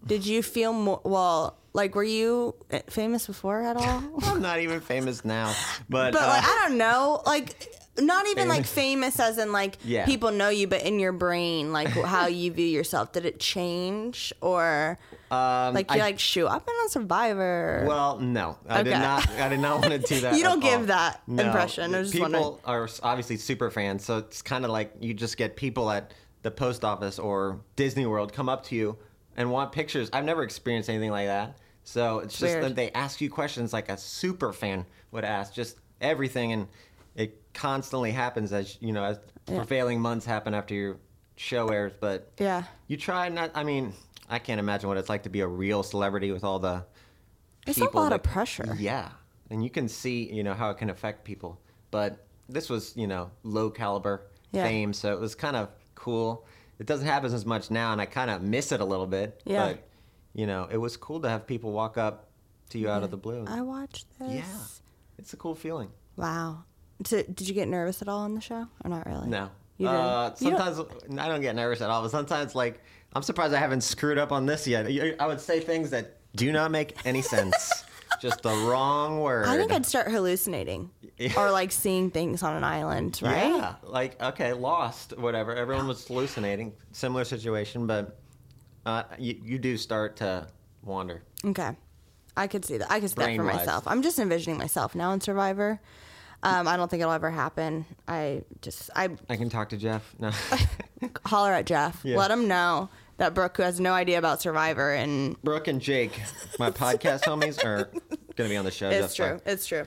Did you feel more, well, like, were you eh, famous before at all? I'm not even famous now, but, But uh, like I don't know, like not even like famous as in like Yeah. people know you, but in your brain, like how you view yourself. Did it change or um, like I- you're like, shoot, I've been on Survivor. Well, no, I did Okay. not. I did not want to do that. You don't at all. give that impression. I was just people wondering. are obviously super fans, so it's kind of like you just get people at the post office or Disney World come up to you and want pictures. I've never experienced anything like that, so it's just Weird. that they ask you questions like a super fan would ask, just everything, and it constantly happens as you know, as prevailing months happen after your show airs, but yeah. you try not. I mean, I can't imagine what it's like to be a real celebrity with all the. It's a lot of pressure. Yeah, and you can see, you know, how it can affect people. But this was, you know, low caliber Yeah. fame, so it was kind of cool. It doesn't happen as much now, and I kind of miss it a little bit. Yeah. But you know, it was cool to have people walk up to you out of the blue. I watched this. yeah, it's a cool feeling. Wow. So, did you get nervous at all on the show or not really? No. You didn't? Uh, You don't- sometimes I don't get nervous at all, but sometimes like I'm surprised I haven't screwed up on this yet. You- I would say things that do not make any sense, just the wrong word. I think I'd start hallucinating Yeah. or like seeing things on an island, right? Yeah, like okay, lost, whatever. Everyone was hallucinating, similar situation, but uh, you you do start to wander. Okay. I could see that. I could see that for Brain-wise. myself. I'm just envisioning myself now in Survivor. Um, I don't think it'll ever happen. I just I I can talk to Jeff. No, holler at Jeff. Yeah. Let him know that Brooke, who has no idea about Survivor, and Brooke and Jake, my podcast homies, are gonna be on the show. it's Jeff's true. fine. It's true.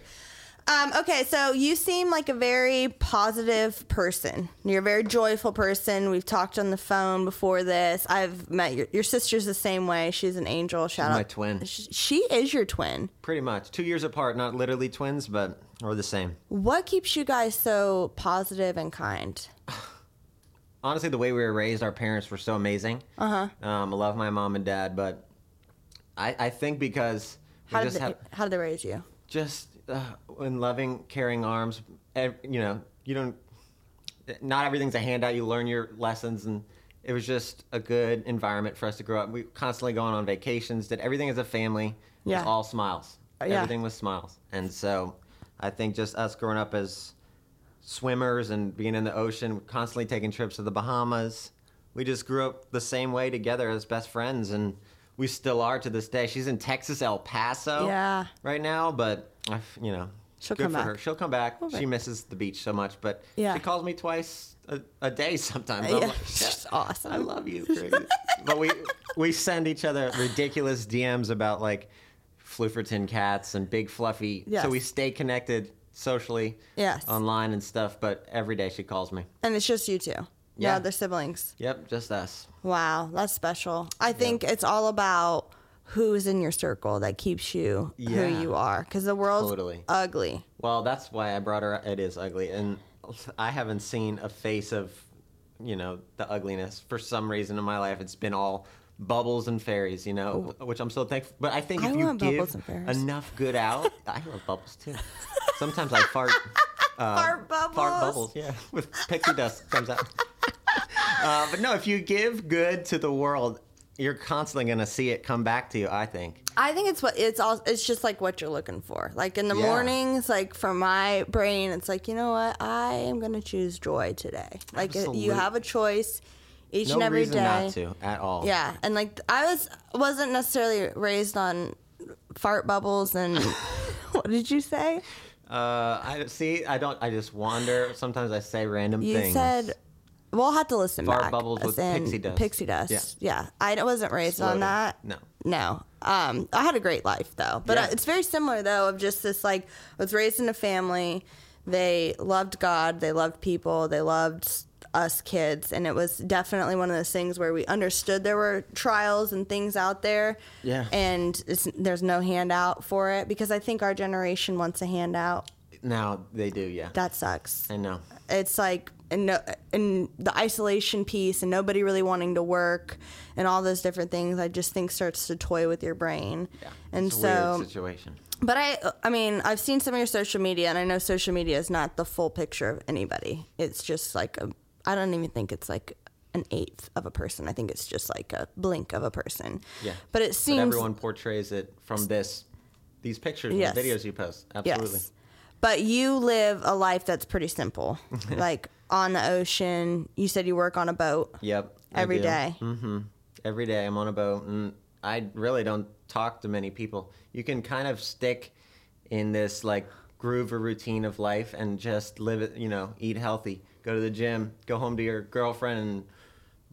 Um, okay, so you seem like a very positive person. You're a very joyful person. We've talked on the phone before this. I've met your, your sister's the same way. She's an angel. Shout out my twin. She, she is your twin. Pretty much two years apart, not literally twins, but we're the same. What keeps you guys so positive and kind? honestly, the way we were raised, our parents were so amazing. Uh-huh. Uh huh. Um, I love my mom and dad, but I, I think because we How did just they, have how did they raise you? just uh, in loving, caring arms. Ev- you know, you don't. Not everything's a handout. You learn your lessons, and it was just a good environment for us to grow up. We were constantly going on vacations. Did everything as a family. It was Yeah. Uh, all smiles. yeah. Everything was smiles, and so I think just us growing up as swimmers and being in the ocean, constantly taking trips to the Bahamas. We just grew up the same way together as best friends, and we still are to this day. She's in Texas, El Paso, Yeah. right now, but I, f- you know, She'll good come for back. her. She'll come back. Love She it. misses the beach so much, but Yeah. she calls me twice a, a day sometimes. I'm Yeah, like, it's just "Yeah, awesome." I love you. Crazy. but we we send each other ridiculous DMs about like Flufferton cats and big fluffy. Yes. So we stay connected socially Yes. online and stuff, but every day she calls me. And it's just you two. Yeah. Yeah, they're siblings. Yep, just us. Wow, that's special. I think it's all about who's in your circle that keeps you Yeah. who you are because the world's Totally. ugly. Well, that's why I brought her. It is ugly, and I haven't seen a face of, you know, the ugliness for some reason in my life. It's been all bubbles and fairies, you know, which I'm so thankful. But I think I if you want bubbles and give fairies. enough good out, I love bubbles too. Sometimes I fart. Uh, Fart bubbles. Fart bubbles, yeah, with pixie dust comes out. Uh, but no, if you give good to the world, you're constantly going to see it come back to you. I think. I think it's what it's all. It's just like what you're looking for. Like in the Yeah. mornings, like for my brain, it's like you know what I am gonna choose joy today. Like it- you Absolute- have a choice each No and every day. reason not to at all. Yeah, and like I was wasn't necessarily raised on fart bubbles and what did you say? Uh, I see. I don't. I just wander. Sometimes I say random You things. said we'll have to listen Fart back. bubbles with And pixie dust. Pixie dust. Yeah. I wasn't raised Slow on down. that. No. No. Um, I had a great life though, but Yeah. uh, it's very similar though of just this like I was raised in a family. They loved God. They loved people. They loved us kids, and it was definitely one of those things where we understood there were trials and things out there. Yeah. And it's, there's no handout for it because I think our generation wants a handout. Now they do. Yeah. That sucks I know. it's like and no, and the isolation piece and nobody really wanting to work and all those different things I just think starts to toy with your brain. Yeah. And it's a so weird situation. but I I mean I've seen some of your social media and I know social media is not the full picture of anybody. It's just like a I don't even think it's like an eighth of a person. I think it's just like a blink of a person. Yeah. But it seems But everyone portrays it from this, these pictures, and Yes. videos you post. Yes. Absolutely. But you live a life that's pretty simple. like on the ocean, you said you work on a boat. Yep. Every day. Mm-hmm. Every day I'm on a boat, and I really don't talk to many people. You can kind of stick in this like groove or routine of life and just live it. You know, eat healthy, go to the gym, go home to your girlfriend, and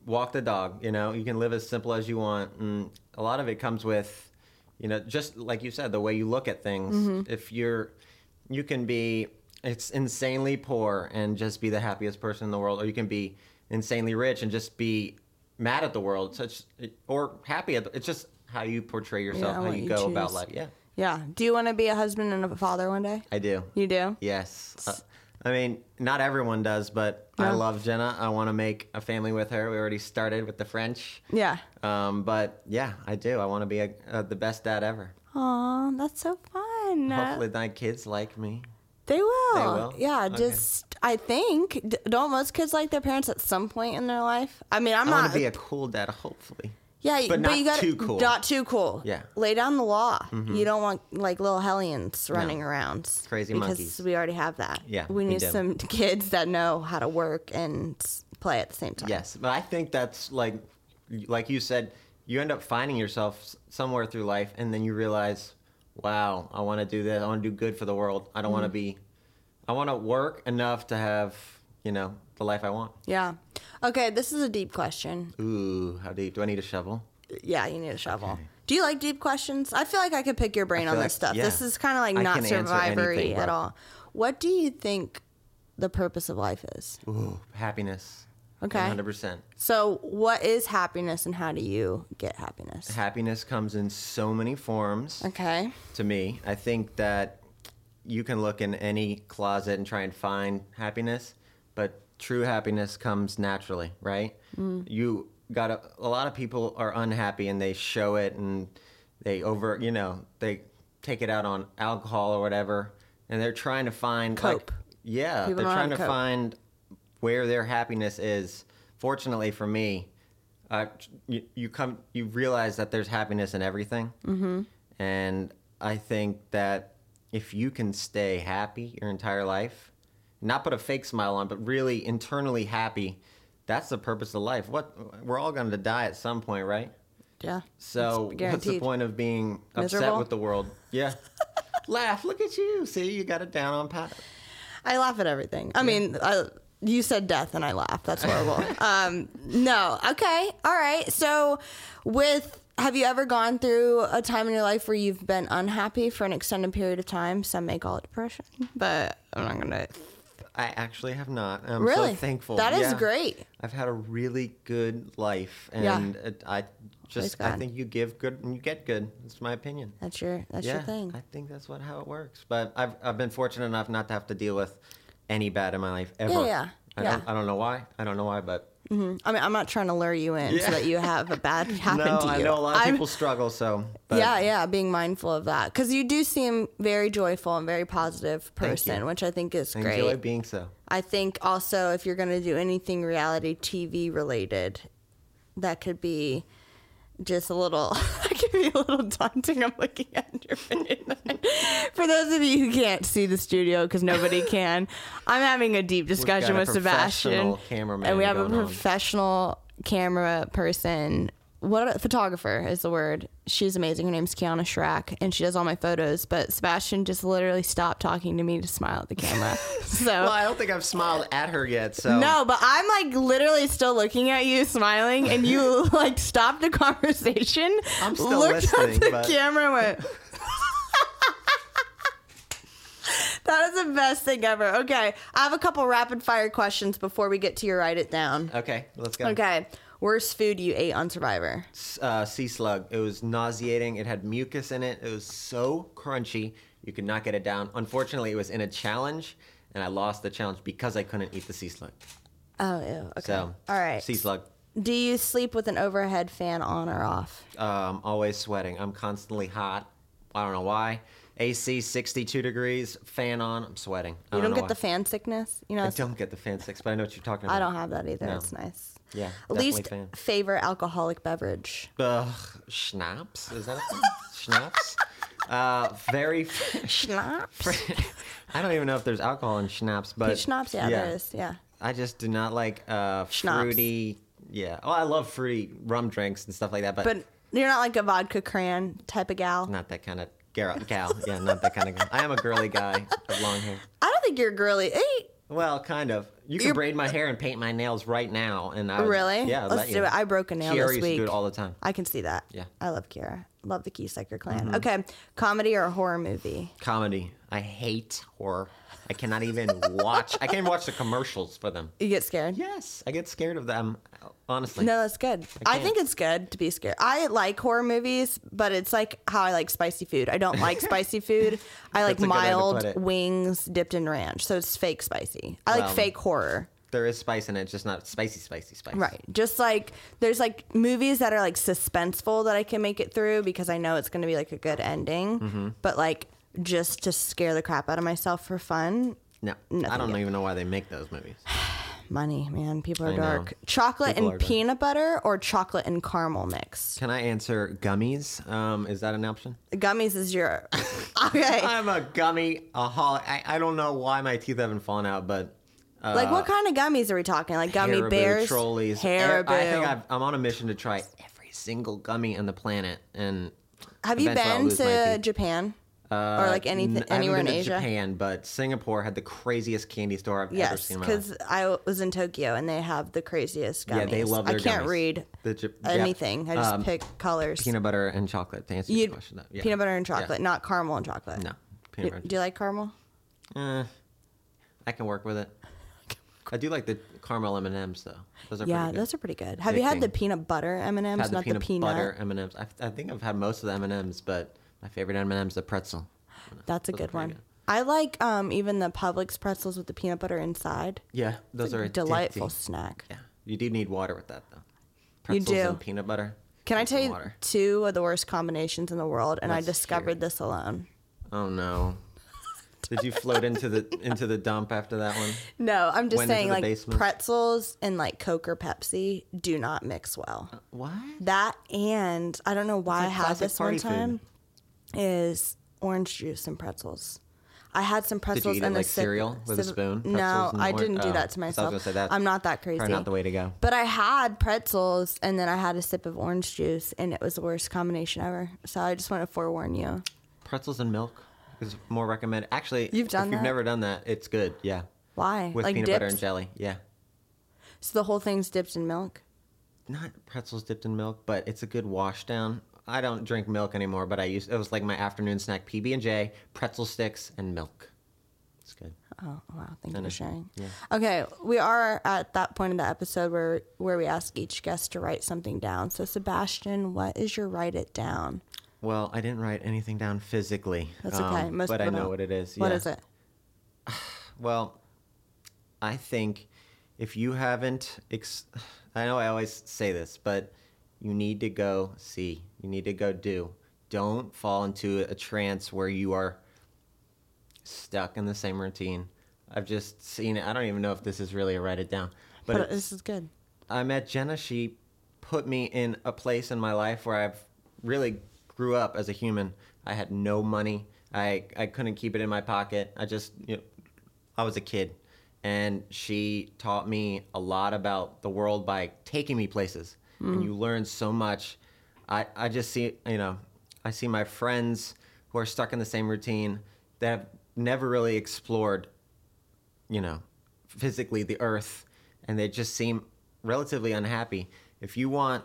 walk the dog. You know, you can live as simple as you want, and a lot of it comes with, you know, just like you said, the way you look at things. Mm-hmm. If you're, you can be. It's insanely poor and just be the happiest person in the world, or you can be insanely rich and just be mad at the world, such or happy. At the, it's just how you portray yourself, Yeah, how what you, you go about choose. life. Yeah, Yeah. Do you want to be a husband and a father one day? I do. You do? Yes. Uh, I mean, not everyone does, but I No. love Jenna. I want to make a family with her. We already started with the French. Yeah. Um, but yeah, I do. I want to be a, uh the best dad ever. Aw, that's so fun. Hopefully, my kids like me. They will. They will? Yeah, Okay. just I think d- don't most kids like their parents at some point in their life? I mean, I'm I want not to be a cool dad. Hopefully, Yeah, but not you got too cool. Not too cool. Yeah. Mm-hmm. Lay down the law. You don't want like little hellions running around. Crazy because monkeys. we already have that. Yeah, We we need do. some kids that know how to work and s- play at the same time. yes. But I think that's like, like you said, you end up finding yourself s- somewhere through life, and then you realize, wow, I want to do this. I want to do good for the world. I don't want to be. I want to work enough to have you know the life I want. Yeah. Okay, this is a deep question. Ooh, how deep? Do I need a shovel? Yeah, you need a shovel. Do you like deep questions? I feel like I could pick your brain on this feel like- stuff. yeah. This is kind of like I not can answer survivory anything, at bro. all. What do you think the purpose of life is? Ooh, happiness. Okay. One hundred percent. So, what is happiness and how do you get happiness? Happiness comes in so many forms. okay. to me. I think that you can look in any closet and try and find happiness, but true happiness comes naturally, right? You got to a lot of people are unhappy and they show it and they over, you know, they take it out on alcohol or whatever, and they're trying to find like- Cope. yeah, People don't they're know how trying to to cope. find where their happiness is. Fortunately for me, uh, you, you come you realize that there's happiness in everything, mm-hmm. and I think that if you can stay happy your entire life, not put a fake smile on, but really internally happy, that's the purpose of life. What we're all going to die at some point, right? Yeah. So It's what's the guaranteed. point of being upset Miserable? with the world? Yeah. Laugh. Look at you. See, you got it down on pat. I laugh at everything. I mean, I, you said death and I laugh. That's horrible. um, no. Okay. All right. So, with have you ever gone through a time in your life where you've been unhappy for an extended period of time? Some may call it depression, but I'm not gonna. I actually have not. I'm Really so thankful. That is Yeah. great. I've had a really good life, Yeah. and it- I just I God. think you give good and you get good. That's my opinion. That's your that's your thing. I think that's what how it works. But I've I've been fortunate enough not to have to deal with any bad in my life ever. yeah, I yeah. don't I don't know why. I don't know why, but I mean, I'm not trying to lure you in so Yeah. that you have a bad happen no, to you. I know a lot of I'm- people struggle. So but yeah, yeah, being mindful of that because you do seem very joyful and very positive you. person, which I think is I great. Enjoy being so. I think also if you're going to do anything reality TV related, that could be just a little. that could be a little daunting. I'm looking at your face. For those of you who can't see the studio because nobody can, I'm having a deep discussion a with Sebastian, professional cameraman and we have a going on. professional camera person what a photographer is the word. She's amazing. Her name's Kiana Schrack, and she does all my photos. But Sebastian just literally stopped talking to me to smile at the camera. so Well, I don't think I've smiled at her yet. So no, but I'm like literally still looking at you, smiling, and you like stopped the conversation. I'm still looked listening, at the but- camera, and went. that is the best thing ever. Okay, I have a couple rapid fire questions before we get to your write it down. Okay, let's go. Okay, worst food you ate on Survivor? S- Uh, sea slug. It was nauseating. It had mucus in it. It was so crunchy. You could not get it down. Unfortunately, it was in a challenge, and I lost the challenge because I couldn't eat the sea slug. Oh, ew. okay. So, All right. sea slug. Do you sleep with an overhead fan on or off? Um, always sweating. I'm constantly hot. I don't know why. AC 62 degrees, fan on. I'm sweating. I You don't, know get why. the fan sickness. You know, I it's- don't get the fan six, but I know what you're talking about. I don't have that either. No. It's nice. Yeah, definitely Least fan. favorite alcoholic beverage. Ugh, schnapps? Is that a thing? schnapps? Uh, very. Schnapps. I don't even know if there's alcohol in schnapps, but Peach schnapps. Yeah, there is. Yeah. I just do not like uh, Schnapps. fruity. Yeah. Oh, I love fruity rum drinks and stuff like that, but, But you're not like a vodka cran type of gal. not that kind of gal. gal. Yeah, not that kind of gal. I am a girly guy with long hair. I don't think you're girly. Hey, Well, kind of. You can You're- braid my hair and paint my nails right now, and I would- really? yeah, I'd Let's let you. do it. I broke a nail Kiara this used week. to do it all the time. I can see that. Yeah. Mm-hmm. I love Kira. Love the Keysucker clan. Okay. Comedy or a horror movie? Comedy. I hate horror. I cannot even watch. I can't even watch the commercials for them. You get scared? Yes, I get scared of them. Honestly. No, that's good. I, can't. think it's good to be scared. I like horror movies, but it's like how I like spicy food. I don't like spicy food. I like That's a good way to put mild it. wings dipped in ranch. So it's fake spicy. I like Well, fake horror. There is spice in it, just not spicy, spicy, spicy. Right. Just like there's like movies that are like suspenseful that I can make it through because I know it's going to be like a good ending. Mm-hmm. But like just to scare the crap out of myself for fun, No, Nothing I don't yet. even know why they make those movies. money, man. People are I know. dark. Chocolate People are and dark. peanut butter or chocolate and caramel mix? Can I answer gummies? Um, is that an option? Gummies is your. okay. I'm a gummy aholic. I, I don't know why my teeth haven't fallen out, but uh, Like what kind of gummies are we talking? Like gummy Haribo, bears, trolleys. e- Haribo. I think I've, I'm on a mission to try every single gummy on the planet. And Have you eventually I'll been lose my to teeth. Japan Uh, or like anything n- I haven't anywhere in been to Asia? Japan, but Singapore had the craziest candy store I've ever Yes, seen in my life. because I was in Tokyo and they have the craziest gummies. Yeah, they love their I can't gummies. read The Jap- Jap- anything. I just um, pick colors. peanut butter and chocolate. To answer You- your question, though. Yeah. peanut butter and Yeah. chocolate, not caramel and chocolate. No, Do, peanut butter. do you like caramel? Eh, I can work with it. I do like the caramel M and M's though. Those are Yeah, pretty good. those are pretty good. Have you had the Addicting. peanut butter M and M's, Had the not peanut, the peanut? butter M and M's. I, I think I've had most of the M and M's, but my favorite M and M's the pretzel. That's a Those are good pretty one. good. I like um, even the Publix pretzels with the peanut butter inside. Yeah, those are Delightful addicting. snack. Yeah, you do need water with that though. You Pretzels do. and peanut butter. Can I and tell some you water. two of the worst combinations in the world, and Let's I hear discovered it. this alone. Oh no. Did you float into the into the dump after that one? No, I'm just Went into saying the like basement. pretzels and like Coke or Pepsi do not mix well. What? That and I don't know why I like had Oh. classic this one party food. time is orange juice and pretzels. I had some pretzels eat it and a like sip- cereal with a sip- spoon? No, Pretzels and I orange- didn't do oh, that to 'cause I was myself. gonna say that's I'm not that crazy. Probably not the way to go. But I had pretzels and then I had a sip of orange juice and it was the worst combination ever. So I just want to forewarn you. Pretzels and milk is more recommended. Actually, You've done if you've that? never done that, it's good. Yeah. Why? With peanut butter dipped? and jelly. Yeah. So the whole thing's dipped in milk. Not pretzels dipped in milk, but it's a good wash down. I don't drink milk anymore, but I used it was like my afternoon snack PB and J, pretzel sticks and milk. It's good. Oh wow! Thank you know. for sharing. Yeah. Okay, we are at that point in the episode where where we ask each guest to write something down. So Sebastian, what is your write it down? Well, I didn't write anything down physically. That's okay. um, Most but I people know don't. what it is. What yeah. is it? Well, I think if you haven't, ex- I know I always say this, but you need to go see. You need to go do. Don't fall into a trance where you are stuck in the same routine. I've just seen it. I don't even know if this is really a write it down, but, But it's- this is good. I met Jenna. She put me in a place in my life where I've really grew up as a human. I had no money. I, I couldn't keep it in my pocket. I just, you know, I was a kid. And she taught me a lot about the world by taking me places. and you learn so much. I, I just see, you know, I see my friends who are stuck in the same routine that have never really explored, you know, physically the earth, and they just seem relatively unhappy. If you want,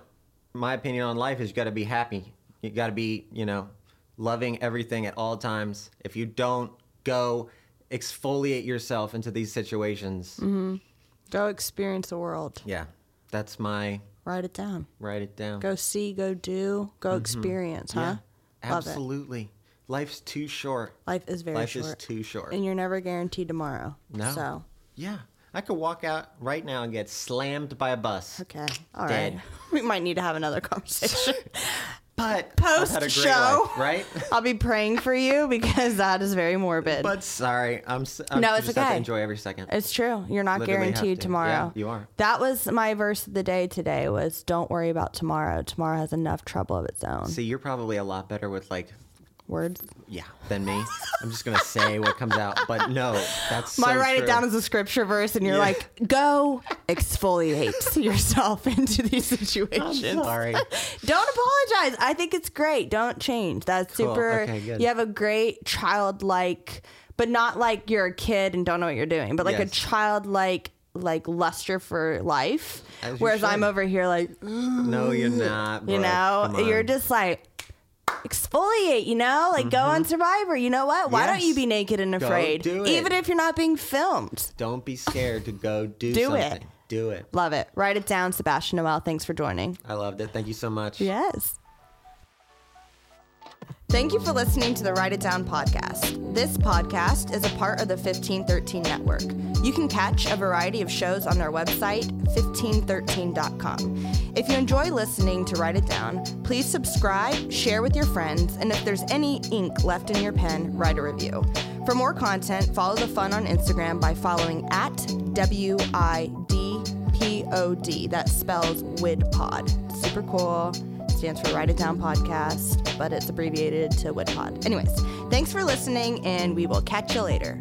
my opinion on life is you got to be happy. You got to be, you know, loving everything at all times. If you don't go exfoliate yourself into these situations, Mm-hmm. Go experience the world. yeah, that's my Write it down. write it down. Go see, go do, go experience, huh? Mm-hmm. Yeah, Love it. absolutely. Life's too short. Life is very Life short. is too short. and you're never guaranteed tomorrow. No. So, Yeah. I could walk out right now and get slammed by a bus. okay. all right. Dead. We might need to have another conversation. But Post I've had a great show. life, right? I'll be praying for you because that is very morbid. but sorry, I'm. s- I'm No, you it's just Have okay. to enjoy every second. It's true. You're not Literally have guaranteed to. tomorrow. Yeah, you are. That was my verse of the day today was don't worry about tomorrow. Tomorrow has enough trouble of its own. See, you're probably a lot better with like, Words. yeah, than me. I'm just gonna say what comes out, but no, that's. My so write true. it down as a scripture verse and you're Yeah. like, go exfoliate yourself into these I'm situations. sorry. Don't apologize. I think it's great. Don't change. That's Cool. super. Okay, good. You have a great childlike, but not like you're a kid and don't know what you're doing, but like a Yes. childlike like luster for life. As you Whereas I'm should. over here like, No, you're not. you bro. know, Come you're on. just like exfoliate. You know, like go on Survivor. You know what? Why don't Mm-hmm. Yes. you be naked and Go afraid, do it. even if you're not being filmed? Don't be scared to go do, Do it. something. Do it. Love it. Write it down, Sebastian Noel. Thanks for joining. I loved it. Thank you so much. Yes. Thank you for listening to the Write It Down podcast. This podcast is a part of the 1513 network. You can catch a variety of shows on our website, 1513.com. If you enjoy listening to Write It Down, please subscribe, share with your friends, and if there's any ink left in your pen, write a review. For more content, follow the fun on Instagram by following at WIDPOD. That spells WIDPOD. Super cool stands for Write It Down Podcast, but it's abbreviated to WIDPOD. Anyways, thanks for listening, and we will catch you later.